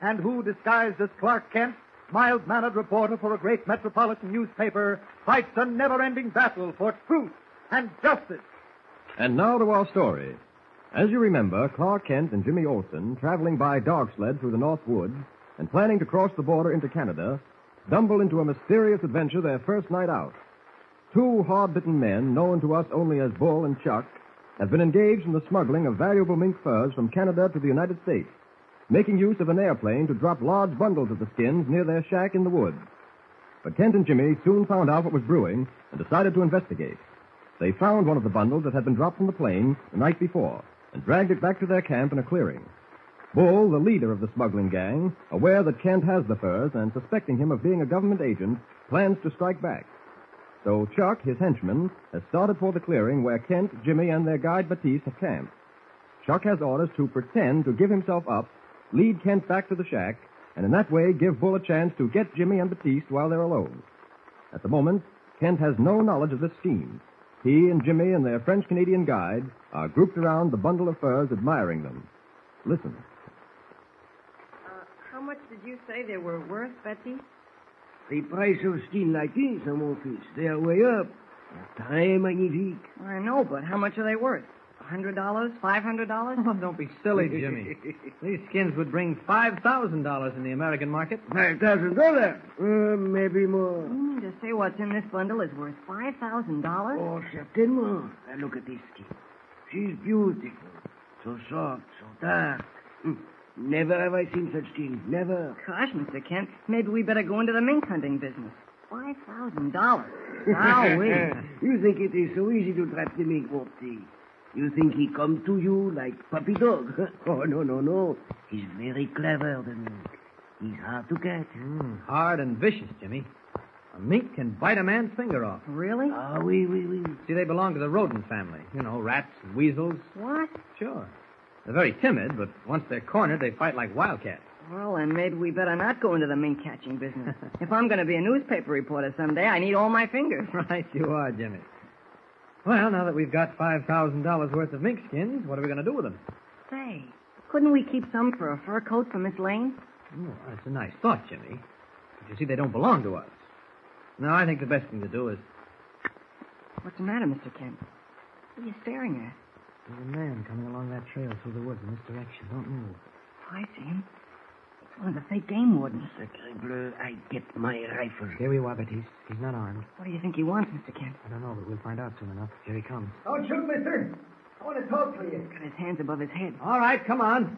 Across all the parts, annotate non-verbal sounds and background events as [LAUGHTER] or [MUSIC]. and who, disguised as Clark Kent, mild-mannered reporter for a great metropolitan newspaper, fights a never-ending battle for truth and justice. And now to our story. As you remember, Clark Kent and Jimmy Olsen, traveling by dog sled through the North Woods and planning to cross the border into Canada, stumble into a mysterious adventure their first night out. Two hard-bitten men, known to us only as Bull and Chuck, have been engaged in the smuggling of valuable mink furs from Canada to the United States, making use of an airplane to drop large bundles of the skins near their shack in the woods. But Kent and Jimmy soon found out what was brewing and decided to investigate. They found one of the bundles that had been dropped from the plane the night before and dragged it back to their camp in a clearing. Bull, the leader of the smuggling gang, aware that Kent has the furs and suspecting him of being a government agent, plans to strike back. So Chuck, his henchman, has started for the clearing where Kent, Jimmy, and their guide Batiste have camped. Chuck has orders to pretend to give himself up, lead Kent back to the shack, and in that way give Bull a chance to get Jimmy and Batiste while they're alone. At the moment, Kent has no knowledge of this scheme. He and Jimmy and their French Canadian guide are grouped around the bundle of furs, admiring them. Listen. Uh, how much did you say they were worth, Betsy? The price of skin like this, I'm office, they are way up. Très magnifique. I know, but how much are they worth? A hundred dollars? Five hundred dollars? Oh, don't be silly, Jimmy. These skins would bring $5,000 in the American market. Five thousand dollars. Uh, maybe more. [LAUGHS] You mean to say what's in this bundle is worth five thousand dollars? Oh, certain more. Now look at this skin. She's beautiful. So soft, so dark. Hmm. Never have I seen such skin. Never. Gosh, Mr. Kent, maybe we better go into the mink hunting business. Five thousand dollars. Now [LAUGHS] eh? wait. you think it is so easy to trap the mink, Wopty? You think he come to you like puppy dog? [LAUGHS] Oh, no, no, no. He's very clever, the mink. He's hard to catch. Mm, hard and vicious, Jimmy. A mink can bite a man's finger off. Really? Ah, oui, oui, oui. See, they belong to the rodent family. You know, rats and weasels. What? Sure. They're very timid, but once they're cornered, they fight like wildcats. Well, then maybe we better not go into the mink catching business. if I'm going to be a newspaper reporter someday, I need all my fingers. [LAUGHS] Right you are, Jimmy. Well, now that we've got $5,000 worth of mink skins, what are we going to do with them? Say, couldn't we keep some for a fur coat for Miss Lane? Oh, that's a nice thought, Jimmy. But you see, they don't belong to us. No, I think the best thing to do is... What's the matter, Mr. Kent? What are you staring at? There's a man coming along that trail through the woods in this direction. Don't move. Oh, I see him. It's one of the fake game wardens. Sacre bleu, I get my rifle. Here we are, Batiste. He's not armed. What do you think he wants, Mr. Kent? I don't know, but we'll find out soon enough. Here he comes. Don't shoot, mister. I want to talk to you. Got his hands above his head. All right, come on.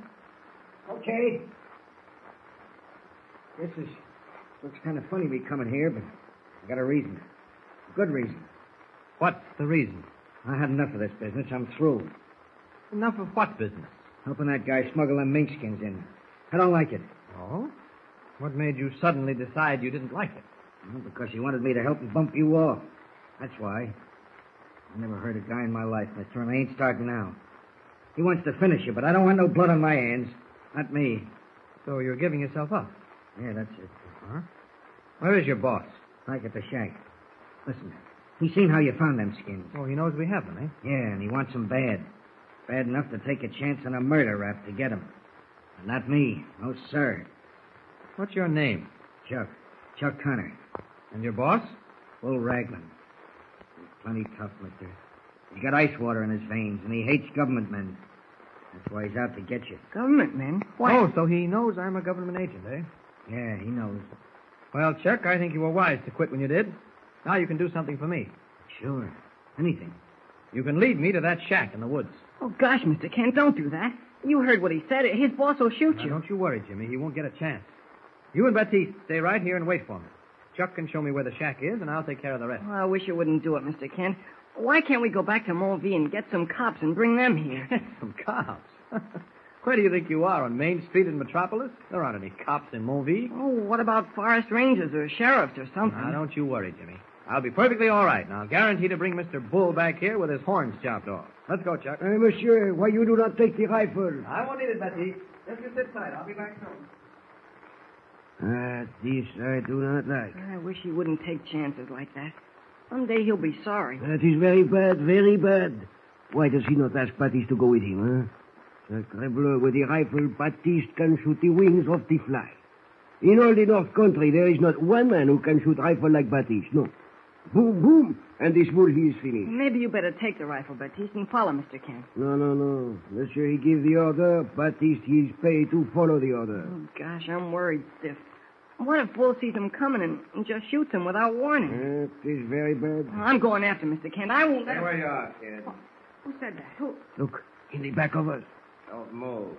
Okay. This is looks kind of funny me coming here, but I got a reason, a good reason. What's the reason? I had enough of this business. I'm through. Enough of what business? Helping that guy smuggle them mink skins in. I don't like it. Oh? What made you suddenly decide you didn't like it? Well, because he wanted me to help him bump you off. That's why. I never hurt a guy in my life, mister, and I ain't starting now. He wants to finish you, but I don't want no blood on my hands. Not me. So you're giving yourself up. Yeah, that's it. Huh? Where is your boss? Like at the shack. Listen, he's seen how you found them skins. Oh, he knows we have them, eh? Yeah, and he wants 'em bad. Bad enough to take a chance on a murder rap to get 'em. But not me. No, sir. What's your name? Chuck. Chuck Connor. And your boss? Bull Raglan. He's plenty tough, mister. He's got ice water in his veins, and he hates government men. That's why he's out to get you. Government men? Why? Oh, so he knows I'm a government agent, eh? Yeah, he knows. Well, Chuck, I think you were wise to quit when you did. Now you can do something for me. Sure. Anything. You can lead me to that shack in the woods. Oh, gosh, Mr. Kent, don't do that. You heard what he said. His boss will shoot Now, you. don't you worry, Jimmy. He won't get a chance. You and Baptiste stay right here and wait for me. Chuck can show me where the shack is, and I'll take care of the [LAUGHS] rest. Well, I wish you wouldn't do it, Mr. Kent. Why can't we go back to Mulvey and get some cops and bring [LAUGHS] them here? Some [LAUGHS] cops. Where do you think you are, on Main Street in Metropolis? There aren't any cops in Mulvey. oh, what about forest rangers or sheriffs or something? Now, don't you worry, Jimmy. I'll be perfectly all right, and I'll guarantee to bring Mr. Bull back here with his horns chopped off. Let's go, Chuck. monsieur, why you do not take the rifle? I won't need it, Betsy. Just you sit tight. I'll be back soon. Ah, this I do not like. I wish he wouldn't take chances like that. Someday he'll be sorry. That is very bad, very bad. Why does he not ask Baptiste to go with him, huh? Sacre bleu, with the rifle, Baptiste can shoot the wings off the fly. In all the North Country, there is not one man who can shoot rifle like Baptiste, no. Boom, boom, and this movie is finished. Maybe you better take the rifle, Baptiste, and follow Mr. Kent. No, no, no. Monsieur, he give the order. Baptiste, he is paid to follow the order. Oh, gosh, I'm worried, Stiff. What if Bull sees him coming and, and just shoots him without warning? That is very bad. I'm going after Mr. Kent. I won't let him. you are, kid. Who said that? Who? Look, in the back of us. Don't move,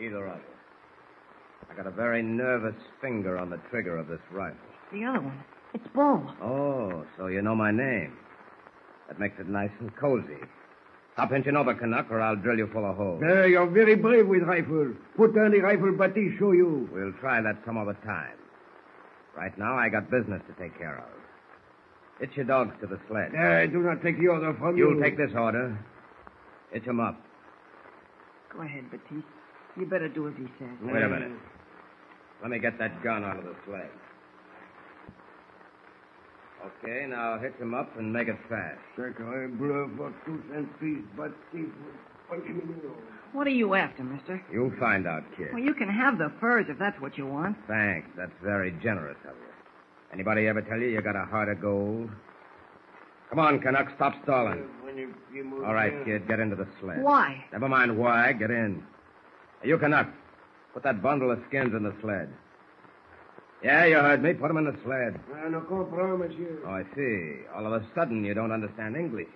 either of you. I got a very nervous finger on the trigger of this rifle. The other one. It's Bull. Oh, so you know my name. That makes it nice and cozy. Stop inching over, Canuck, or I'll drill you full of holes. There, you're very brave with rifle. Put down the rifle, Baptiste, show you. We'll try that some other time. Right now, I got business to take care of. It's your dogs to the sled. I do not take the order from You'll take this order. Itch 'em up. Go ahead, Baptiste. You better do as he says. Wait Mm. a minute. Let me get that gun out of the sled. Okay, now hitch him up and make it fast. Sacre bleu for two cents piece, Baptiste will punch me in the nose. What are you after, mister? You'll find out, kid. Well, you can have the furs if that's what you want. Thanks. That's very generous of you. Anybody ever tell you you got a heart of gold? Come on, Canuck, stop stalling. All right, kid, get into the sled. Why? Never mind why. Get in. Hey, you, Canuck, put that bundle of skins in the sled. Yeah, you heard me. Put 'em in the sled. I no comprends, monsieur. Oh, I see. All of a sudden, you don't understand English.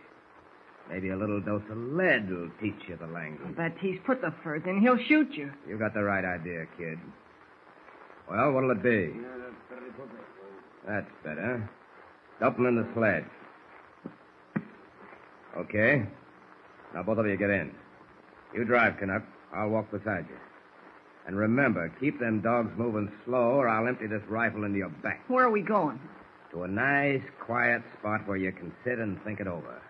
Maybe a little dose of lead will teach you the language. Baptiste, put the furs in. He'll shoot you. You got the right idea, kid. Well, what'll it be? That's better. Dump 'em in the sled. Okay. Now, both of you get in. You drive, Canuck. I'll walk beside you. And remember, keep them dogs moving slow, or I'll empty this rifle into your back. Where are we going? To a nice, quiet spot where you can sit and think it over.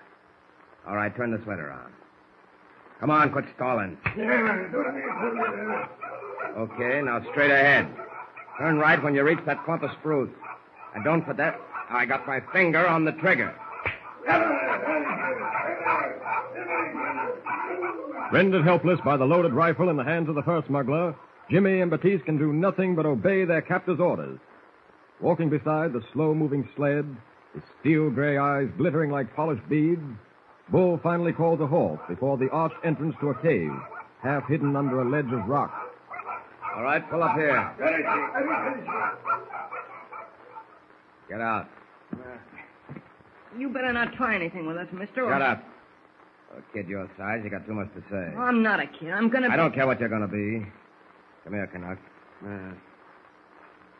All right, turn the sled around. Come on, quit stalling. Okay, now straight ahead. Turn right when you reach that clump of spruce. And don't put that. I got my finger on the trigger. Rendered helpless by the loaded rifle in the hands of the first smuggler, Jimmy and Batiste can do nothing but obey their captor's orders. Walking beside the slow moving sled, his steel gray eyes glittering like polished beads, Bull finally calls a halt before the arched entrance to a cave, half hidden under a ledge of rock. All right, pull up here. Get out. You better not try anything with us, mister. or- Shut up. For a kid your size, you got too much to say. Oh, I'm not a kid. I'm gonna. I be- don't care what you're going to be. Come here, Canuck.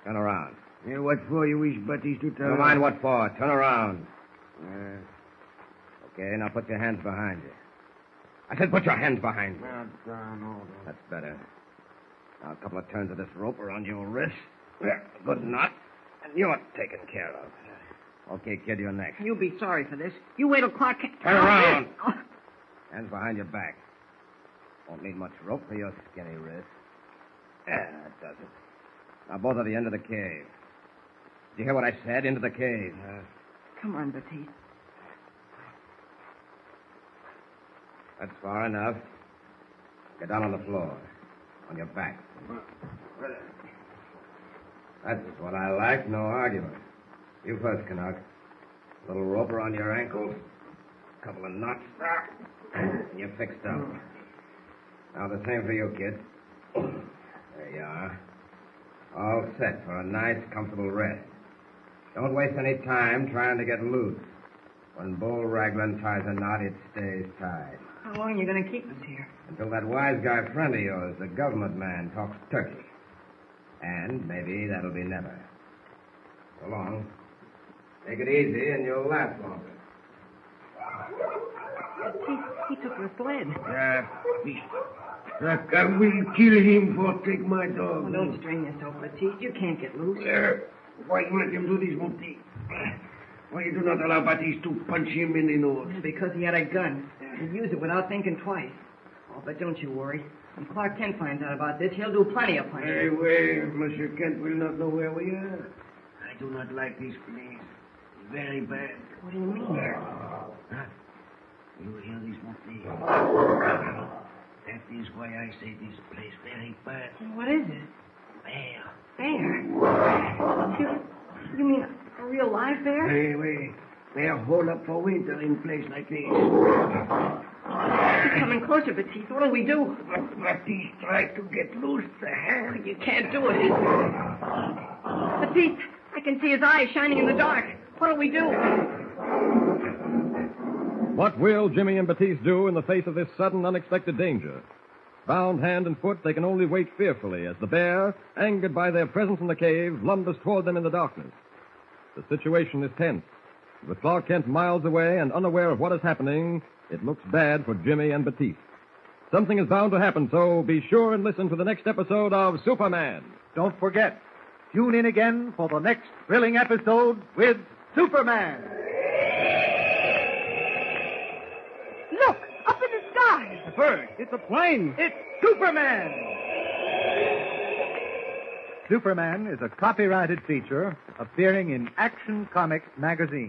Turn around. Yeah, what for you wish Baptiste to tell Never mind what for. Turn around. Uh. Okay, now put your hands behind you. I said put your hands behind you. That's better. Now a couple of turns of this rope around your wrist. There, Good knot. And you're taken care of. Okay, kid, you're next. You'll be sorry for this. You wait till Clark. Kent- Turn around. Oh, Hands behind your back. Won't need much rope for your skinny wrist. Yeah, that does it. Now both of you into the cave. Did you hear what I said? Into the cave. Come on, Baptiste. That's far enough. Get down on the floor. On your back. That's what I like, no argument. You first, Canuck. Little rope around your ankles. Couple of knots. And you're fixed up. Now, the same for you, kid. There you are. All set for a nice, comfortable rest. Don't waste any time trying to get loose. When Bull Raglan ties a knot, it stays tied. How long are you going to keep us here? Until that wise guy friend of yours, the government man, talks turkey. And maybe that'll be never. So long. Take it easy and you'll last longer. He, he took the sled. Ah, beast. Look, I will kill him for take my Oh, dog. don't strain yourself, Batiste. You can't get loose. There. Why you let him do this, Monty? Why you do not allow Batiste to punch him in the nose? Because he had a gun. He used it without thinking twice. Oh, but don't you worry. When Clark Kent finds out about this, he'll do plenty of punching. Hey, well, Monsieur Kent will not know where we are. I do not like this place. It's Very bad. What do you mean? Huh? You hear this, Monty? That is why I say this place very bad. What is it? Bear. Bear. You, you mean a real live bear? Hey, wait. Bear hole up for winter in place like this. He's coming closer, Batiste. What'll we do? But Baptiste tried to get loose the hand. You can't do it. Batiste, I can see his eyes shining in the dark. What'll we do? What will Jimmy and Batiste do in the face of this sudden, unexpected danger? Bound hand and foot, they can only wait fearfully as the bear, angered by their presence in the cave, lumbers toward them in the darkness. The situation is tense. With Clark Kent miles away and unaware of what is happening, it looks bad for Jimmy and Batiste. Something is bound to happen, so be sure and listen to the next episode of Superman. Don't forget, tune in again for the next thrilling episode with Superman. Look, up in the sky. It's a bird. It's a plane. It's Superman. Superman is a copyrighted feature appearing in Action Comics magazine.